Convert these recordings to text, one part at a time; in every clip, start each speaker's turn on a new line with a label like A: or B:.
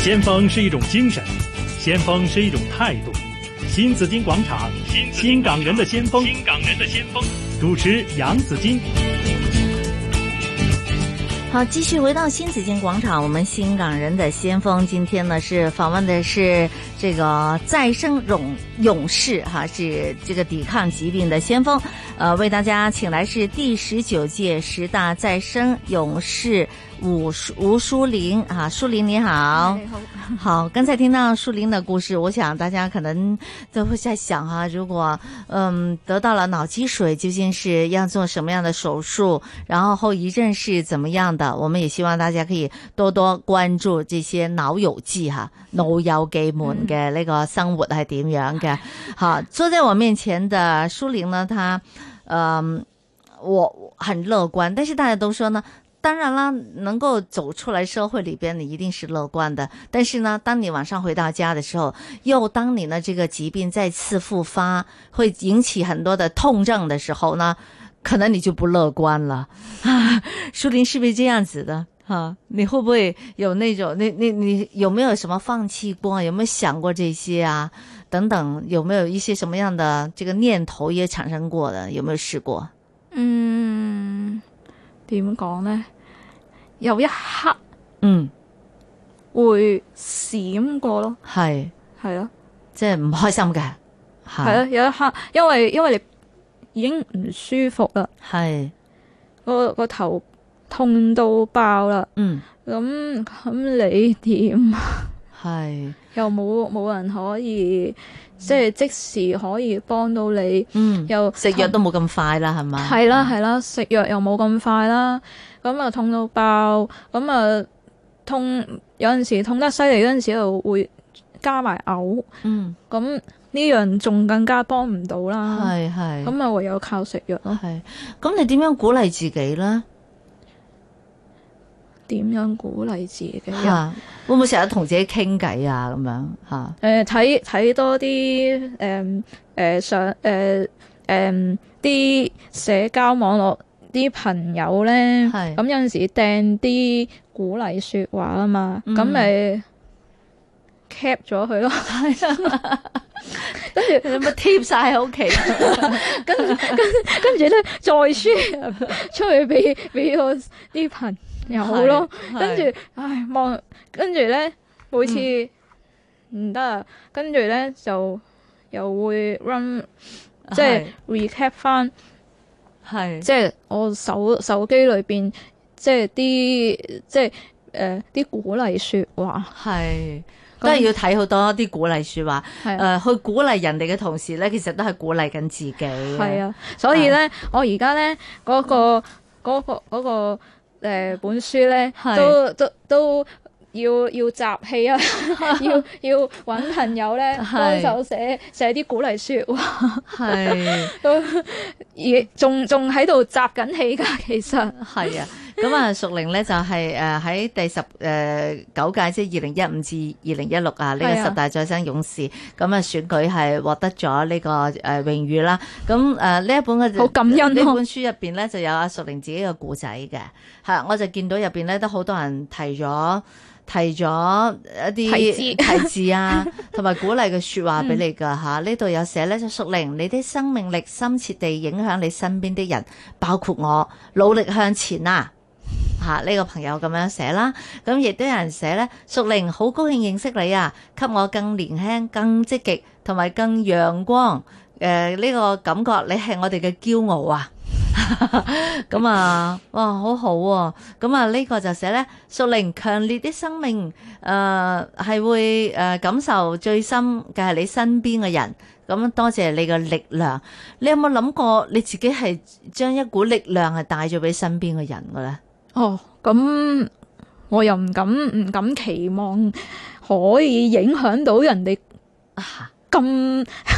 A: 先锋是一种精神，先锋是一种态度。新紫金广场，新港人的先锋，
B: 新港人的先锋。
A: 主持杨紫金。
C: 好，继续回到新紫金广场，我们新港人的先锋，今天呢是访问的是这个再生勇勇士哈，是这个抵抗疾病的先锋，呃，为大家请来是第十九届十大再生勇士吴淑吴淑玲啊，淑玲你好，
D: 你好，
C: 好，刚才听到树林的故事，我想大家可能都会在想啊，如果嗯得到了脑积水，究竟是要做什么样的手术，然后后遗症是怎么样的？我们也希望大家可以多多关注这些脑友记哈，脑友记们嘅呢个生活系点样嘅。好，坐在我面前的舒玲呢，她嗯。我很乐观，但是大家都说呢，当然啦，能够走出来社会里边，你一定是乐观的。但是呢，当你晚上回到家的时候，又当你呢这个疾病再次复发，会引起很多的痛症的时候呢， 可能你就不乐观了。 啊，舒林是不是这样子的？ 哈、你会不会有那种那那你有没有什么放弃过？有没有想过这些啊？等等，有没有一些什么样的这个念头也产生过的？有没有试过？
D: 嗯，點講呢？有一刻
C: 嗯，
D: 會閃過咯，
C: 系。
D: 係咯，
C: 即系唔開心嘅，
D: 係
C: 係
D: 咯，有一刻，因為因為你已經唔舒服啦，
C: 係
D: 個個頭痛到爆啦，
C: 嗯
D: 咁咁你點？
C: 係
D: 又冇冇人可以即係即時可以幫到你，
C: 嗯
D: 又
C: 食藥都冇咁快啦，係嘛？
D: 係啦係啦，食藥又冇咁快啦，咁啊痛到爆，咁啊痛有陣時痛得犀利嗰陣時又會加埋嘔，
C: 嗯
D: 咁呢樣仲更加幫唔到啦，
C: 係係哦
D: 咁啊唯有靠食藥咯。
C: 係咁，你點樣鼓勵自己咧？
D: 點樣鼓勵自己啊？
C: 嚇會唔會成日同自己傾偈啊？咁樣嚇
D: 誒呃睇睇多啲誒誒上誒誒啲社交網絡啲朋友咧，
C: 係
D: 咁有陣時掟啲鼓勵説話啊嘛，咁
C: 嗯
D: 咪 cap 咗佢咯。 啊跟住
C: 有冇貼晒喺屋
D: 啊
C: 企？
D: 跟住咧，再 share 出去俾俾我啲朋友咯。
C: 係
D: 跟住，唉，望，跟住咧，每
C: 嗯
D: 次唔得啊，跟住咧就又會 run，即係 recap 翻，
C: 係
D: 即係我手手機裏邊，即係啲即係誒啲鼓勵説話，
C: 係。都係要睇好多啲鼓勵説話，誒、
D: 係啊
C: 去鼓勵人哋嘅同時咧，其實都係鼓勵緊自己。係
D: 係，啊，所以咧，我而家咧嗰個嗰個嗰個誒本書咧
C: 係，
D: 都都都要要集氣啊， 要要揾朋友咧
C: 係
D: 幫手寫寫啲鼓勵説話。
C: 係。
D: 都而仲仲喺度集緊氣㗎，其實
C: 係啊，咁 啊，淑玲咧就係誒喺第十誒九屆，即係二零一五至二零一六啊，呢個
D: 係啊
C: 十大再生勇士，咁啊選舉係獲得咗呢個誒榮譽啦。咁誒呢一本嘅
D: 好感恩啊
C: 呢本書入邊咧就有阿淑玲自己嘅故仔嘅，係我就見到入邊咧都好多人提咗。提咗一啲
D: 提
C: 提字啊，同埋鼓勵嘅説話俾你㗎吓，呢度有寫咧，就淑玲，你的生命力深切地影響你身邊的人，包括我，努力向前啊！吓呢、個朋友咁樣寫啦，咁亦都有人寫咧，淑玲好高興認識你啊，給我更年輕、更積極同埋更陽光诶呢、個感覺，你係我哋嘅驕傲啊！ 咁啊，哇，好好喎、咁啊，呢個就寫咧，淑玲強烈的生命，誒、係會誒、感受最深嘅係你身邊嘅人。咁多謝你嘅力量。你有冇諗過你自己係將一股力量係帶咗俾身邊嘅人嘅咧？
D: 哦，咁我又唔敢唔敢期望可以影響到人哋
C: 啊
D: 咁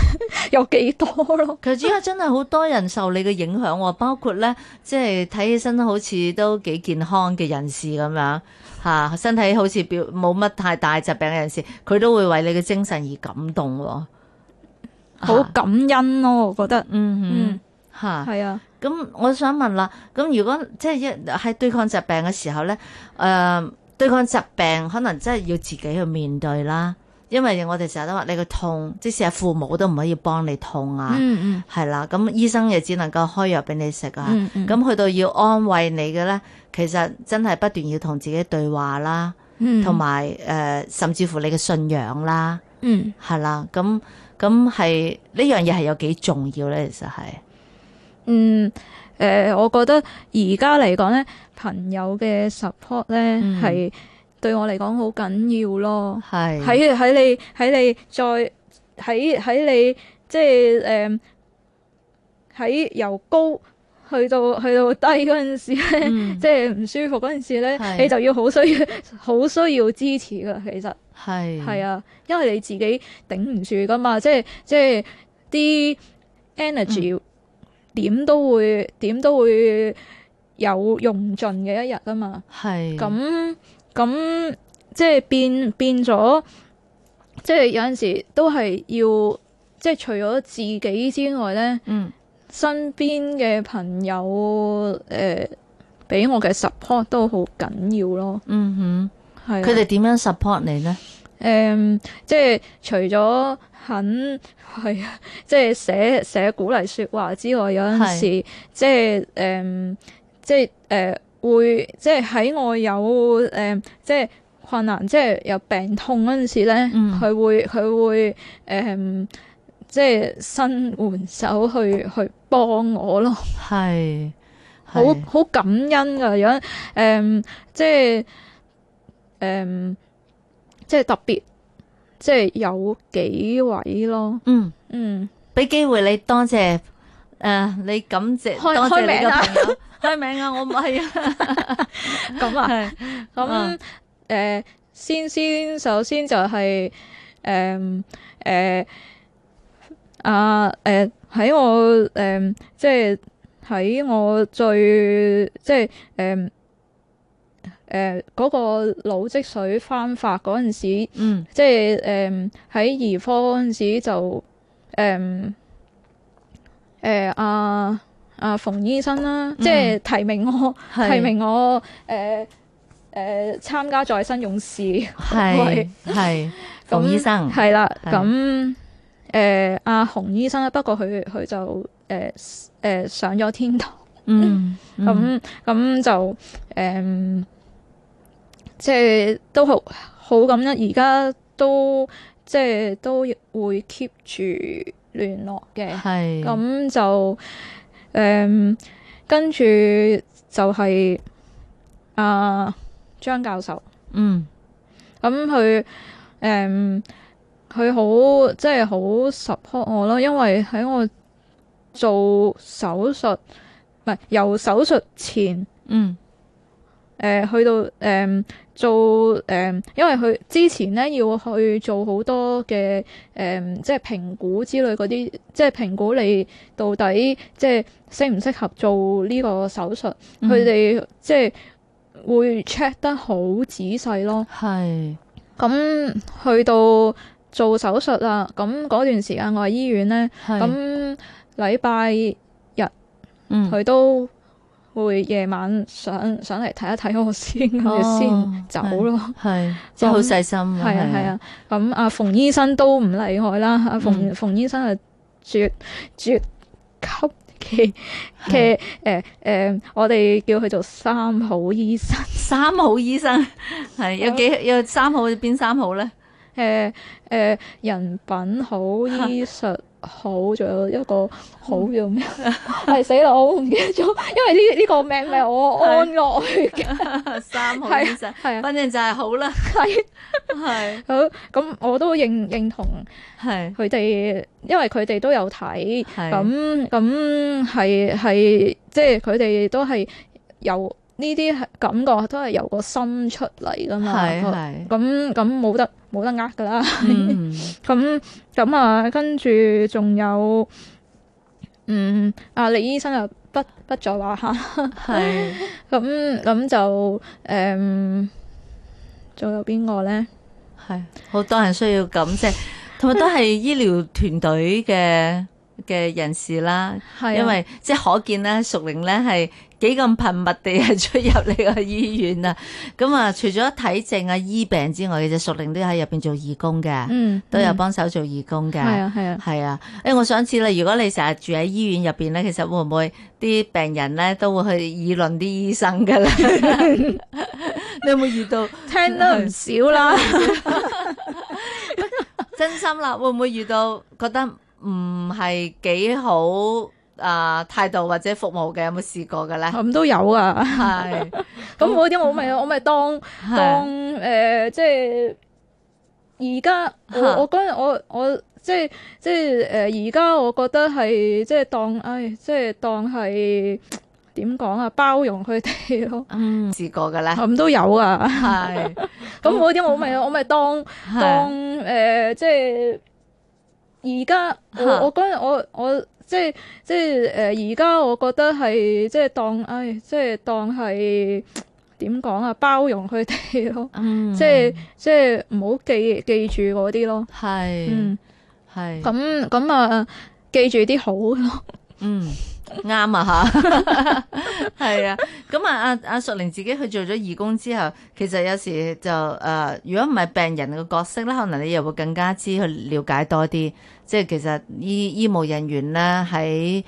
D: 有幾多咯。
C: 其實而家真係好多人受你嘅影響喎，包括咧，即係睇起身好似都幾健康嘅人士咁樣嚇、身體好似表冇乜太大疾病嘅人士，佢都會為你嘅精神而感動喎、
D: 好
C: 嚇
D: 感恩咯，我覺得，
C: 啊嗯
D: 嗯，
C: 哼嚇。
D: 係啊，
C: 咁我想問啦，咁如果即係一喺對抗疾病嘅時候咧，誒、呃對抗疾病可能真係要自己去面對啦，因為我哋成日都話你個痛，即使係父母都唔可以幫你痛啊，
D: 嗯
C: 係啦，咁醫生亦只能夠開藥俾你食啊。
D: 嗯嗯，
C: 咁去到要安慰你嘅咧，其實真係不斷要同自己對話啦，
D: 咁
C: 同埋誒，甚至乎你嘅信仰啦，
D: 嗯
C: 係啦，咁咁係呢樣嘢係有幾重要咧？其實係，
D: 嗯誒、我覺得而家嚟講咧，朋友嘅 support 咧
C: 嗯
D: 係、對我嚟講好緊要咯。
C: 係
D: 喺喺你喺你再喺喺你即係誒喺由高去到去到低嗰陣時咧，
C: 嗯
D: 即係唔舒服嗰陣時咧，
C: 係
D: 你就要好需要 好需要支持噶。其實
C: 係
D: 係啊，因為你自己頂唔住噶嘛，即係即係啲
C: 嗯
D: energy 點都會點都會有用盡嘅一日噶嘛。
C: 係
D: 咁咁即係變變咗，即係有陣時都係要即係除咗自己之外咧，
C: 嗯
D: 身邊嘅朋友誒俾、我嘅 support 都好緊要咯。
C: 嗯
D: 係
C: 哼，
D: 啊
C: 佢哋點樣 support 你咧？
D: 誒、呃即係除咗肯 係啊，即係寫寫鼓勵説話之外，有陣時即係誒、即係誒、呃會即係喺我有誒、即係困難，即係有病痛嗰陣時咧，佢、
C: 嗯
D: 會佢會誒、即係伸援手去去幫我咯。
C: 係
D: 好
C: 係
D: 好感恩噶，有誒、嗯即係誒、即係特別，即係有幾位咯，
C: 嗯，
D: 嗯，
C: 俾機會你多謝誒，你感謝
D: 開
C: 多謝你
D: 開名
C: 嘅
D: 啊
C: 朋友，開名啊！我唔係啊，
D: 咁啊，
C: 係
D: 咁誒、先先首先就係誒誒啊誒喺我誒、即係喺我最即係誒誒嗰個腦積水翻發嗰陣時。
C: 嗯
D: 即係誒喺兒科嗰陣時就誒誒阿阿馮醫生啦，即係提名我
C: 嗯係
D: 提名我誒誒參加再生勇士，
C: 係
D: 喂
C: 係馮醫生
D: 係啦，
C: 係
D: 咁誒阿洪醫生啦，不過佢佢就誒誒、上咗天堂。
C: 嗯嗯
D: 咁咁就誒、嗯即係都好好咁啦。而家都即係都會 keep 住聯絡嘅。
C: 係
D: 咁就誒、嗯跟住就係、啊張教授，
C: 嗯
D: 咁佢誒。嗯佢好即係好 support 我咯，因為喺我做手術，唔係由手術前
C: 嗯
D: 誒、呃去到誒、做誒、呃因為佢之前咧要去做好多嘅誒、即係評估之類嗰啲，即係評估你到底即係適唔適合做呢個手術，
C: 嗯
D: 佢哋、即係會 check 得好仔細咯。
C: 係
D: 咁去到做手術啦，咁嗰段時間我喺醫院咧，
C: 係
D: 咁禮拜
C: 嗯
D: 佢都會夜晚上上嚟睇一睇我先，跟住
C: 哦
D: 先走咯。
C: 係即係好細心啊
D: 係啊係啊，咁阿馮醫生都唔例外啦。阿馮
C: 嗯
D: 馮醫生係絕絕級嘅嘅誒誒，我哋叫佢做三好醫生。
C: 三好醫 生係有幾有三好邊三好咧？
D: 誒誒，呃人品好，醫術好，仲有一個好叫咩？啊 係死啦！我唔記得咗，因為呢呢個名唔係我
C: 係
D: 安落去嘅。
C: 三好醫
D: 係
C: 生
D: 啊，係啊，
C: 反正就係好啦，
D: 係
C: 係
D: 好咁，我都認認同。
C: 係
D: 佢哋因為佢哋都有睇，
C: 係
D: 咁咁係係即係佢哋都係由呢啲係感覺都係由個心出嚟噶嘛，
C: 係
D: 個
C: 係
D: 咁咁冇得冇得呃噶啦，
C: 嗯
D: 咁咁啊，跟住仲有嗯啊李醫生啊不不在 話下，
C: 係
D: 咁咁就誒仲有邊個咧？
C: 係好多人需要感謝，同埋都係醫療團隊嘅嘅人士啦。
D: 係啊
C: 因為即係可見咧，熟齡咧係幾咁頻密地係出入呢個醫院啊！咁啊，除咗睇症啊、醫病之外，其實淑玲都喺入邊做義工嘅，
D: 嗯，
C: 都有
D: 嗯
C: 幫手做義工嘅。
D: 係啊係啊，
C: 係啊，誒、我想知啦，如果你成日住喺醫院入邊咧，其實會唔會啲病人咧都會去議論啲醫生 㗎啦？你有冇遇到？
D: 聽得唔少 啦。
C: 真心啦，會唔會遇到覺得唔係幾好啊態度或者服務嘅？有冇試過嘅咧？
D: 咁都有啊，
C: 係
D: 咁我啲我咪我咪當當
C: 係啊
D: 誒、呃即係而家我
C: 嚇
D: 我嗰陣我我即係即係誒而家我覺得係即係當唉即係當係點講啊包容佢 哋咯，
C: 嗯試過嘅咧，
D: 咁都有啊，
C: 係
D: 咁我啲 我咪我咪當當
C: 嗯係
D: 誒、呃即係而家我
C: 嚇
D: 我嗰陣我我即係即係誒而家我覺得係即係當唉即係當係點講啊包容佢哋咯。
C: 嗯
D: 即係即係唔好記記住嗰啲咯。
C: 係
D: 嗯，
C: 係
D: 咁咁啊，記住啲好咯。
C: 嗯啱啊吓，係啊，咁啊阿阿淑玲自己去做咗義工之後，其實有時就誒、呃如果唔係病人嘅角色咧，可能你又會更加知去了解多啲，即係其實醫醫務人員咧喺。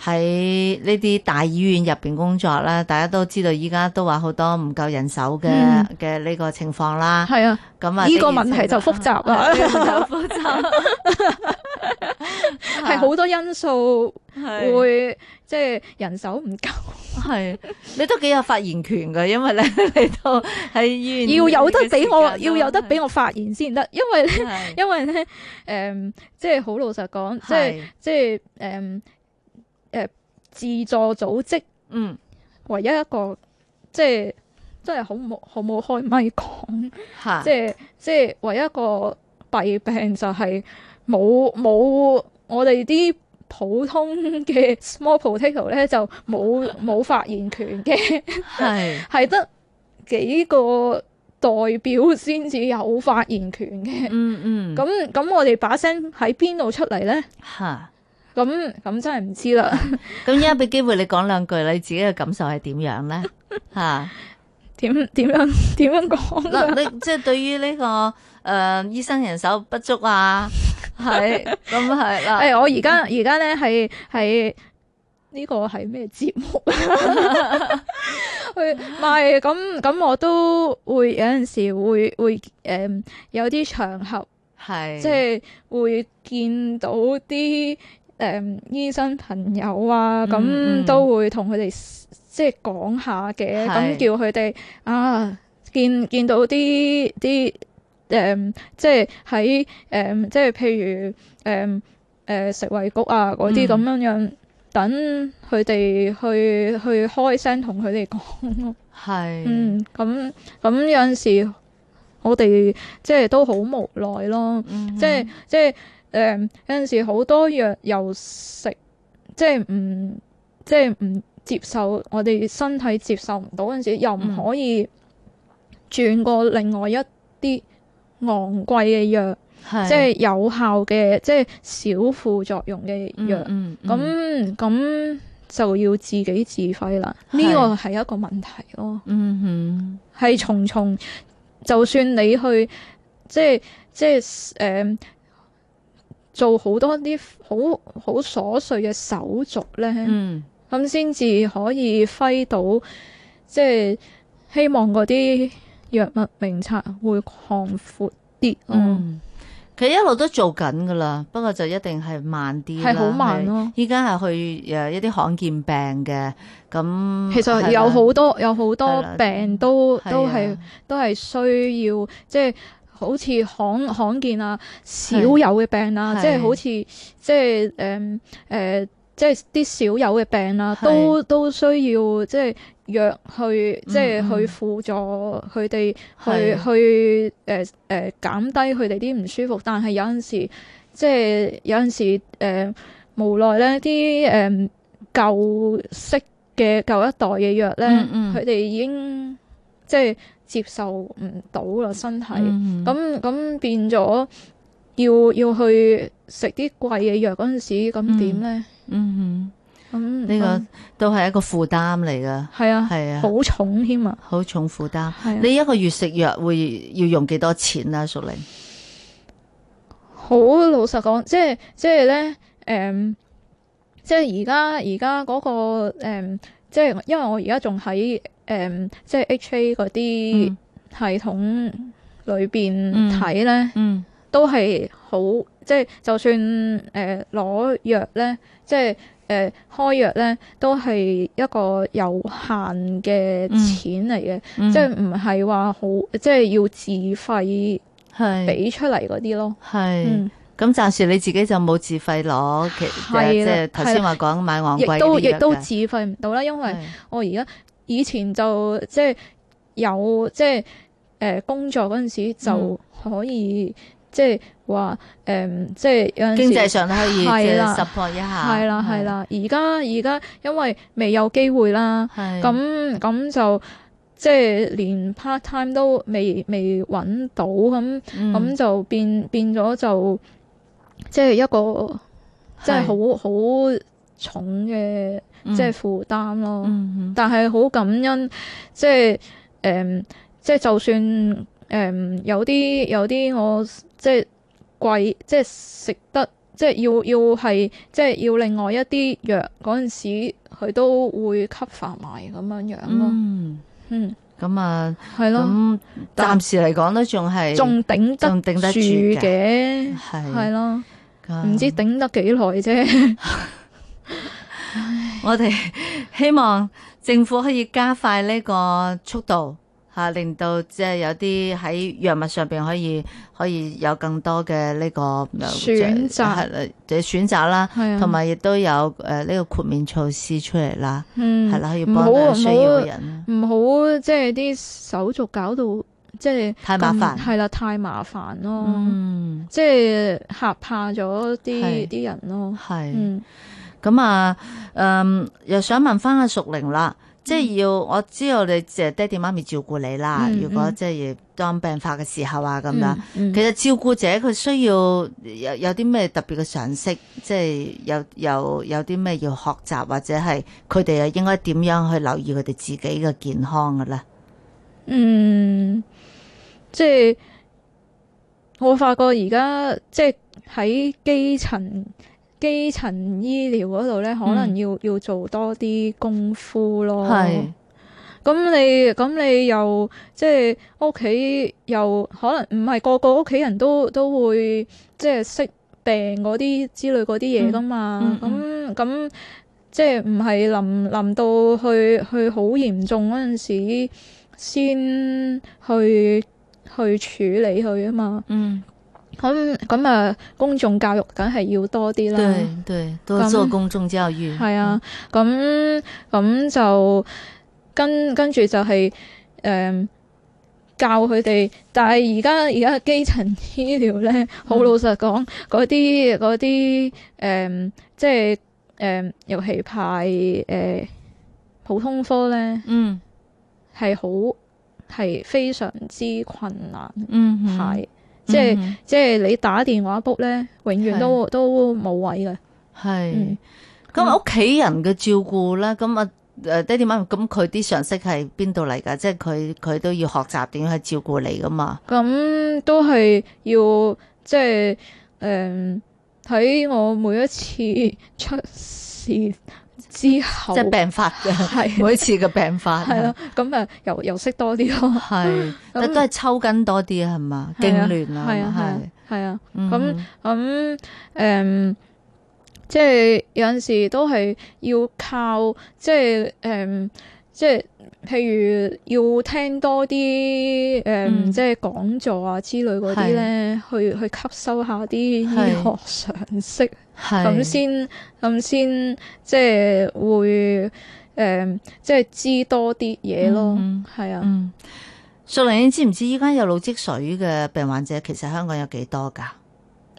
C: 喺呢啲大醫院入邊工作啦，大家都知道依家都話好多唔夠人手嘅
D: 嗯
C: 嘅呢個情況啦。
D: 係啊，
C: 咁啊，
D: 呢個
C: 的而
D: 問
C: 且
D: 題就
C: 確
D: 複雜啦
C: 啊呢個問題就複雜，
D: 係好多因素
C: 係
D: 會即係人手唔夠，
C: 系，你都幾有發言權噶，因為咧 你都喺醫院
D: 要有得俾我，要有得俾
C: 我，
D: 我發言先得。因為咧，
C: 係
D: 因為咧，誒、即係好老實講， 即係
C: 係
D: 即係誒誒自助組織
C: 嗯
D: 唯一一個即係真係好冇好冇開咪講。
C: 吓，
D: 即係即係唯一一個弊病就係冇冇我哋啲普通嘅 small potato 咧就冇 冇發言權嘅，
C: 係
D: 係得幾個代表先至有發言權嘅。
C: 嗯嗯
D: 咁咁我哋把聲喺邊度出嚟咧？
C: 吓，
D: 咁咁真係唔知啦。
C: 咁而家俾機會你講兩句，你自己嘅感受係點樣 咧？吓
D: 點點樣點樣講
C: 嗱，
D: 呢？
C: 你即係對於呢個诶醫生人手不足 啊，係咁係
D: 誒、
C: 啦，
D: 哎我而家而家咧係係呢個係咩節目？去唔係咁咁，我都會有陣時會會誒、有啲場合，
C: 係
D: 即係會見到啲誒、醫生朋友啊，咁、
C: 嗯嗯
D: 都會同佢哋 s- 即係講下嘅，
C: 係
D: 咁叫佢哋啊見見到啲啲誒，即係喺誒，即係譬如誒誒、食衞局啊嗰
C: 嗯
D: 啲咁樣樣，等佢哋去去開聲同佢哋講咯。
C: 係
D: 嗯，咁咁有陣時我哋即係都好無奈咯。
C: 嗯
D: 即係即係誒、有陣時好多藥又食，即係唔即係唔接受，我哋身體接受唔到嗰陣時，又
C: 嗯
D: 唔可以轉過另外一啲昂貴嘅藥，即係有效嘅，即係少副作用嘅
C: 嗯
D: 藥。
C: 嗯嗯
D: 咁咁、就要自己自費啦。呢
C: 係
D: 個係一個問題咯。
C: 嗯哼
D: 係重重，就算你去即係即係誒、嗯做好多啲好好瑣碎嘅手續咧，
C: 嗯
D: 咁先至可以揮到即係希望嗰啲藥物名冊會擴闊啲咯，
C: 嗯，佢一路都做緊噶啦，不過就一定係慢啲啦，
D: 係好慢
C: 係。
D: 咯。
C: 依家係去誒一啲罕見病嘅，咁
D: 其
C: 係啦
D: 實有好多有好
C: 係
D: 多
C: 啦
D: 病
C: 係
D: 都
C: 啊
D: 都係都係需要，即係好似罕罕見啊、少有嘅病啊，
C: 係
D: 即係好似即係誒誒，即係啲少有嘅病啊，
C: 係
D: 都都需要即係藥去即係
C: 嗯
D: 去
C: 嗯
D: 輔助佢哋去
C: 係
D: 去誒誒減低佢哋啲唔舒服，但係有陣時即係有陣時誒、呃、無奈咧啲誒舊式嘅舊一代嘅藥咧，
C: 嗯嗯
D: 佢哋、已經即係接受唔到啦身體，咁
C: 嗯
D: 咁、變咗要要去食啲貴嘅藥嗰陣時，咁點咧？
C: 嗯哼，
D: 咁
C: 呢個都係一個負擔嚟嘅，
D: 係啊，
C: 係啊，
D: 好重添啊，
C: 好重負擔。
D: 係啊
C: 你一個月食藥會要用幾多錢啊？淑玲，
D: 好老實講，即係即係咧，誒、即係而家而家嗰個、誒即係因為我而家仲喺誒即係 HA 嗰啲系統裏邊
C: 嗯
D: 睇咧，
C: 嗯
D: 都係好，即係就算誒攞、藥咧，即係誒、呃、開藥咧，都係一個有限嘅錢嚟嘅，
C: 嗯
D: 即係唔係話好，即係要自費
C: 係
D: 俾出嚟嗰啲咯，
C: 係。
D: 嗯。
C: 咁暫時你自己就冇自費攞，其
D: 係
C: 即
D: 啦
C: 係頭先話講買昂貴
D: 亦
C: 嗰
D: 都
C: 啲
D: 亦
C: 藥
D: 都
C: 嘅
D: 自費唔到啦，因為
C: 係
D: 我而家以前就即係有即係誒、呃工作嗰陣時
C: 嗯
D: 就可以、即係話誒即係有陣時
C: 經濟上都啊可以即
D: 係
C: 係
D: 啦
C: support 一下。
D: 係啦係啦，而家而家因為未有機會啦，
C: 係，係
D: 咁咁就即係連 part time 都未未揾到咁。咁
C: 咁
D: 就變變咗就即係一個即係好好重嘅即係負擔咯。
C: 嗯
D: 但係好感恩，即係誒、嗯即係就算誒、嗯有啲有啲我即係貴，即係食得。即係要要係，即係要另外一啲藥嗰陣時，佢都會 cover 埋咁樣樣咯。
C: 嗯
D: 嗯，
C: 咁啊，
D: 係咯，
C: 咁
D: 但
C: 暫時嚟講都仲係
D: 仲頂得
C: 仲頂得住
D: 住
C: 嘅
D: 嘅，
C: 係
D: 係
C: 嗯
D: 咯。
C: 咁
D: 唔知頂得幾耐啫，
C: 我哋 希望政府可以加快呢個速度吓、啊令到即係有啲喺藥物上邊可以可以有更多嘅呢、個呃
D: 選擇
C: 係啦嘅選擇啦，
D: 係啊，
C: 同埋亦都有誒呢個豁免措施出嚟啦，
D: 嗯
C: 係啦，可以
D: 唔
C: 幫
D: 好
C: 到有需要嘅
D: 唔
C: 人啦，
D: 好唔啊好，即係啲手續搞到即係
C: 太麻煩
D: 咁係啦，太麻煩咯，
C: 嗯，
D: 即係嚇怕咗
C: 係
D: 啲啲人咯，
C: 係。
D: 嗯，
C: 咁啊，嗯，又想問翻阿淑玲啦，
D: 嗯
C: 即係要我知道你即係爹哋媽咪照顧你啦。
D: 嗯
C: 如果
D: 嗯
C: 即係當病發嘅時候啊，咁樣，
D: 嗯，
C: 其
D: 其
C: 實照顧者佢需要有有啲咩特別嘅常識，即係有有有啲咩要學習，或者係佢哋又應該點樣去留意佢哋自己嘅健康嘅咧？
D: 嗯，即係我發覺而家即係喺基層。基層醫療嗰度咧，可能要、要做多啲功夫咯。
C: 嗯係
D: 咁你咁你又即係屋企又可能唔係個個屋企人都都會即係識病嗰啲之類嗰啲嘢噶嘛
C: 嗯，
D: 咁咁、
C: 嗯
D: 即係唔係臨臨到去去好嚴重嗰陣時先去去處理佢啊嘛，
C: 嗯，
D: 咁咁啊公眾教育梗係要多啲啦。
C: 對對，多做
D: 咁
C: 公眾教育，
D: 係啊，咁咁就跟跟住就係、嗯教佢哋，但係而家而家基層醫療咧，好老實講，嗰啲嗰啲誒，即係誒、嗯尤其排誒、呃普通科咧，
C: 嗯，
D: 係好係非常之困難，
C: 嗯嗯，
D: 係、即係
C: 嗯
D: 即係你打電話 book 咧，永遠都都冇位嘅，
C: 係。
D: 嗯
C: 咁屋企人嘅照顧啦，咁啊誒爹哋媽咪，咁佢啲常識係邊度嚟㗎？即係佢佢都要學習點樣去照顧你噶嘛？
D: 咁都係要即係誒喺我每一次出事之後，
C: 即係病發 嘅，
D: 係
C: 每一次嘅病發
D: 係咯，，咁啊又又識多啲咯，
C: 係，但 都係抽筋多啲係嘛？痙
D: 嗯係啊
C: 攣啊，
D: 係啊係啊
C: 係，
D: 係啊，
C: 嗯
D: 咁咁誒即係有陣時都係要靠即係誒。即係譬如要聽多啲誒，
C: 嗯
D: 即係講座啊之類嗰啲咧，去去吸收下啲醫學常識
C: 係
D: 咁先咁先即係會誒、嗯即係知多啲嘢咯
C: 嗯，
D: 係、啊。
C: 嗯。淑玲，你知唔知依家有腦積水嘅病患者其實香港有幾多㗎？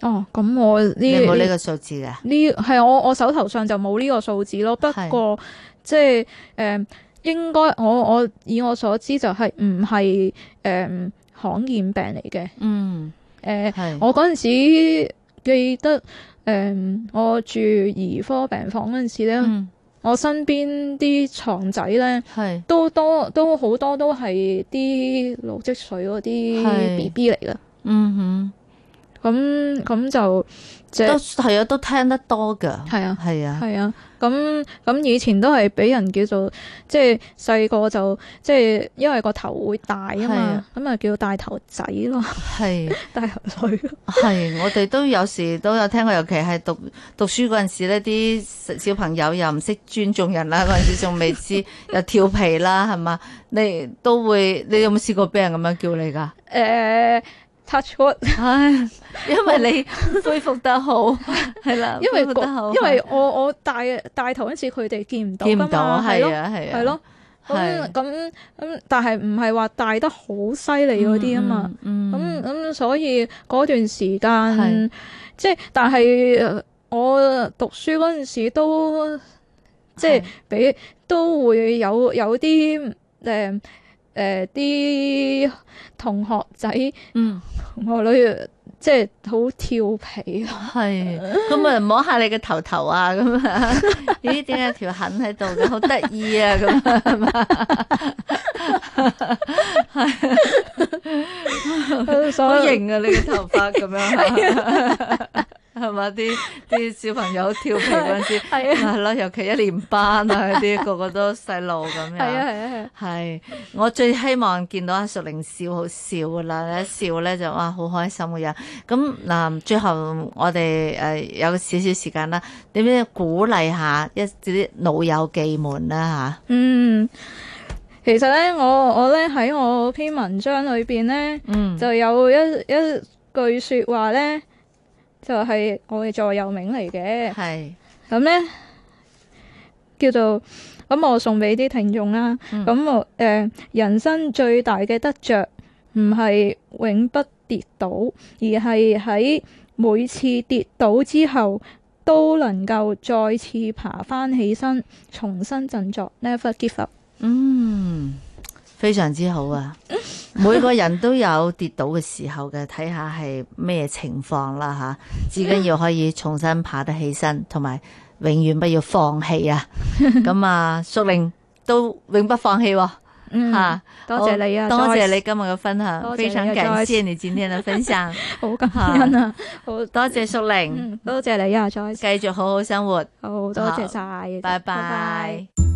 D: 哦，咁我呢
C: 你有冇呢
D: 呢
C: 個數字㗎？
D: 呢係啊我我手頭上就冇呢個數字咯，不
C: 係
D: 過即係誒、呃應該我我以我所知就係唔係誒罕見病嚟嘅誒。呃
C: 嗯，係
D: 我嗰陣呃時記得誒、我住兒科病房嗰陣時咧，
C: 嗯
D: 我身邊啲床仔咧，
C: 係
D: 都多都好多都係啲腦積水
C: 係
D: 嗰啲 B B 嚟嘅。
C: 嗯哼，
D: 咁咁就即
C: 都
D: 係
C: 係啊，都聽得多噶，
D: 係啊。
C: 係啊，
D: 係啊，咁咁以前都係俾人叫做即係細個就即係因為個頭會大啊
C: 係
D: 嘛
C: 啊，
D: 咁啊叫大頭仔咯，
C: 係
D: 大頭女咯。
C: 係，我哋都有時都有聽過，尤其係讀讀書嗰陣時呢啲小小朋友又唔識尊重人啦，嗰陣時仲未 知，又調皮啦，係嘛？你都會，你有冇試過俾人咁樣叫你㗎？
D: 誒、touch wood，
C: 唉，因為 你恢復得好，係啦，
D: 因為
C: 恢復
D: 個
C: 得好，
D: 因為我我大大頭嗰時佢哋見唔到㗎
C: 見
D: 嘛
C: 唔到，
D: 係
C: 係
D: 咯
C: 啊，係啊，
D: 係咯。咁
C: 係
D: 咁咁，但係唔係話大得好犀利嗰啲啊嘛。，
C: 嗯，
D: 咁
C: 嗯
D: 咁、所以嗰段時
C: 係
D: 間，即係但係呃我讀書嗰陣時都即係俾都會有有啲誒誒啲同學仔
C: 嗯
D: 同我女，即係好調皮咯。
C: 係，咁啊摸下你嘅頭頭啊，咁 啊，咦，點解有條痕喺度嘅？好得意啊，咁啊係嘛，好
D: 所以
C: 型啊，你嘅頭髮咁樣，
D: 啊
C: 係嘛？啲啲小朋友調皮嗰陣時，
D: 係啊
C: 係咯，尤其一年班啊，嗰啲個個都細路咁樣。
D: 係啊係啊係啊
C: 係，我最希望見到阿淑玲笑好笑噶啦，一笑咧就哇好開心嘅樣。咁嗱，最後我哋誒、呃有少少時間啦，點樣鼓勵下一啲老友記們啊啦
D: 嗯。其實咧，我我咧喺我篇文章裏邊咧，
C: 吓，嗯，
D: 就有一一句説話咧，就係、我嘅座右銘嚟嘅。
C: 係，
D: 咁咧叫做咁，我送俾啲聽眾啦。
C: 嗯
D: 咁、我誒、呃人生最大嘅得着，唔係永不跌倒，而係喺每次跌倒之後都能夠再次爬翻起身，重新振作，never give up。
C: 嗯，非常之好啊！每個人都有跌倒嘅時候嘅，睇下係咩情況啦吓，至緊要可以重新爬得起身，同埋永遠不要放棄啊！咁啊，淑玲都永不放棄喎、
D: 嗯，
C: 吓，
D: 多謝你啊，
C: 好多謝
D: Joyce
C: 你今日嘅分享，
D: 多謝你啊
C: 非常感謝你今天的分享，
D: 好感恩啊，好，嗯
C: 多謝淑玲，
D: 嗯，多謝你啊，Joyce，
C: 繼續好好生活，
D: 好多謝晒，
C: 拜
D: 拜拜
C: 拜